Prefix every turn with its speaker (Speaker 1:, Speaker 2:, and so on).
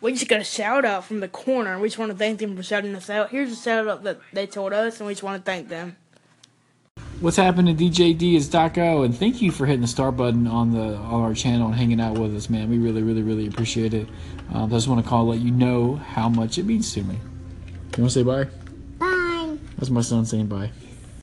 Speaker 1: we just got a shout out from the corner. We just want to thank them for shouting us out. Here's a shout out that they told us, and we just want to thank them.
Speaker 2: What's happening, DJD? Is Doco, and thank you for hitting the start button on the on our channel and hanging out with us, man. We really, really, really appreciate it. Um, I just want to call, let you know how much it means to me. You want to say bye?
Speaker 3: Bye.
Speaker 2: That's my son saying bye.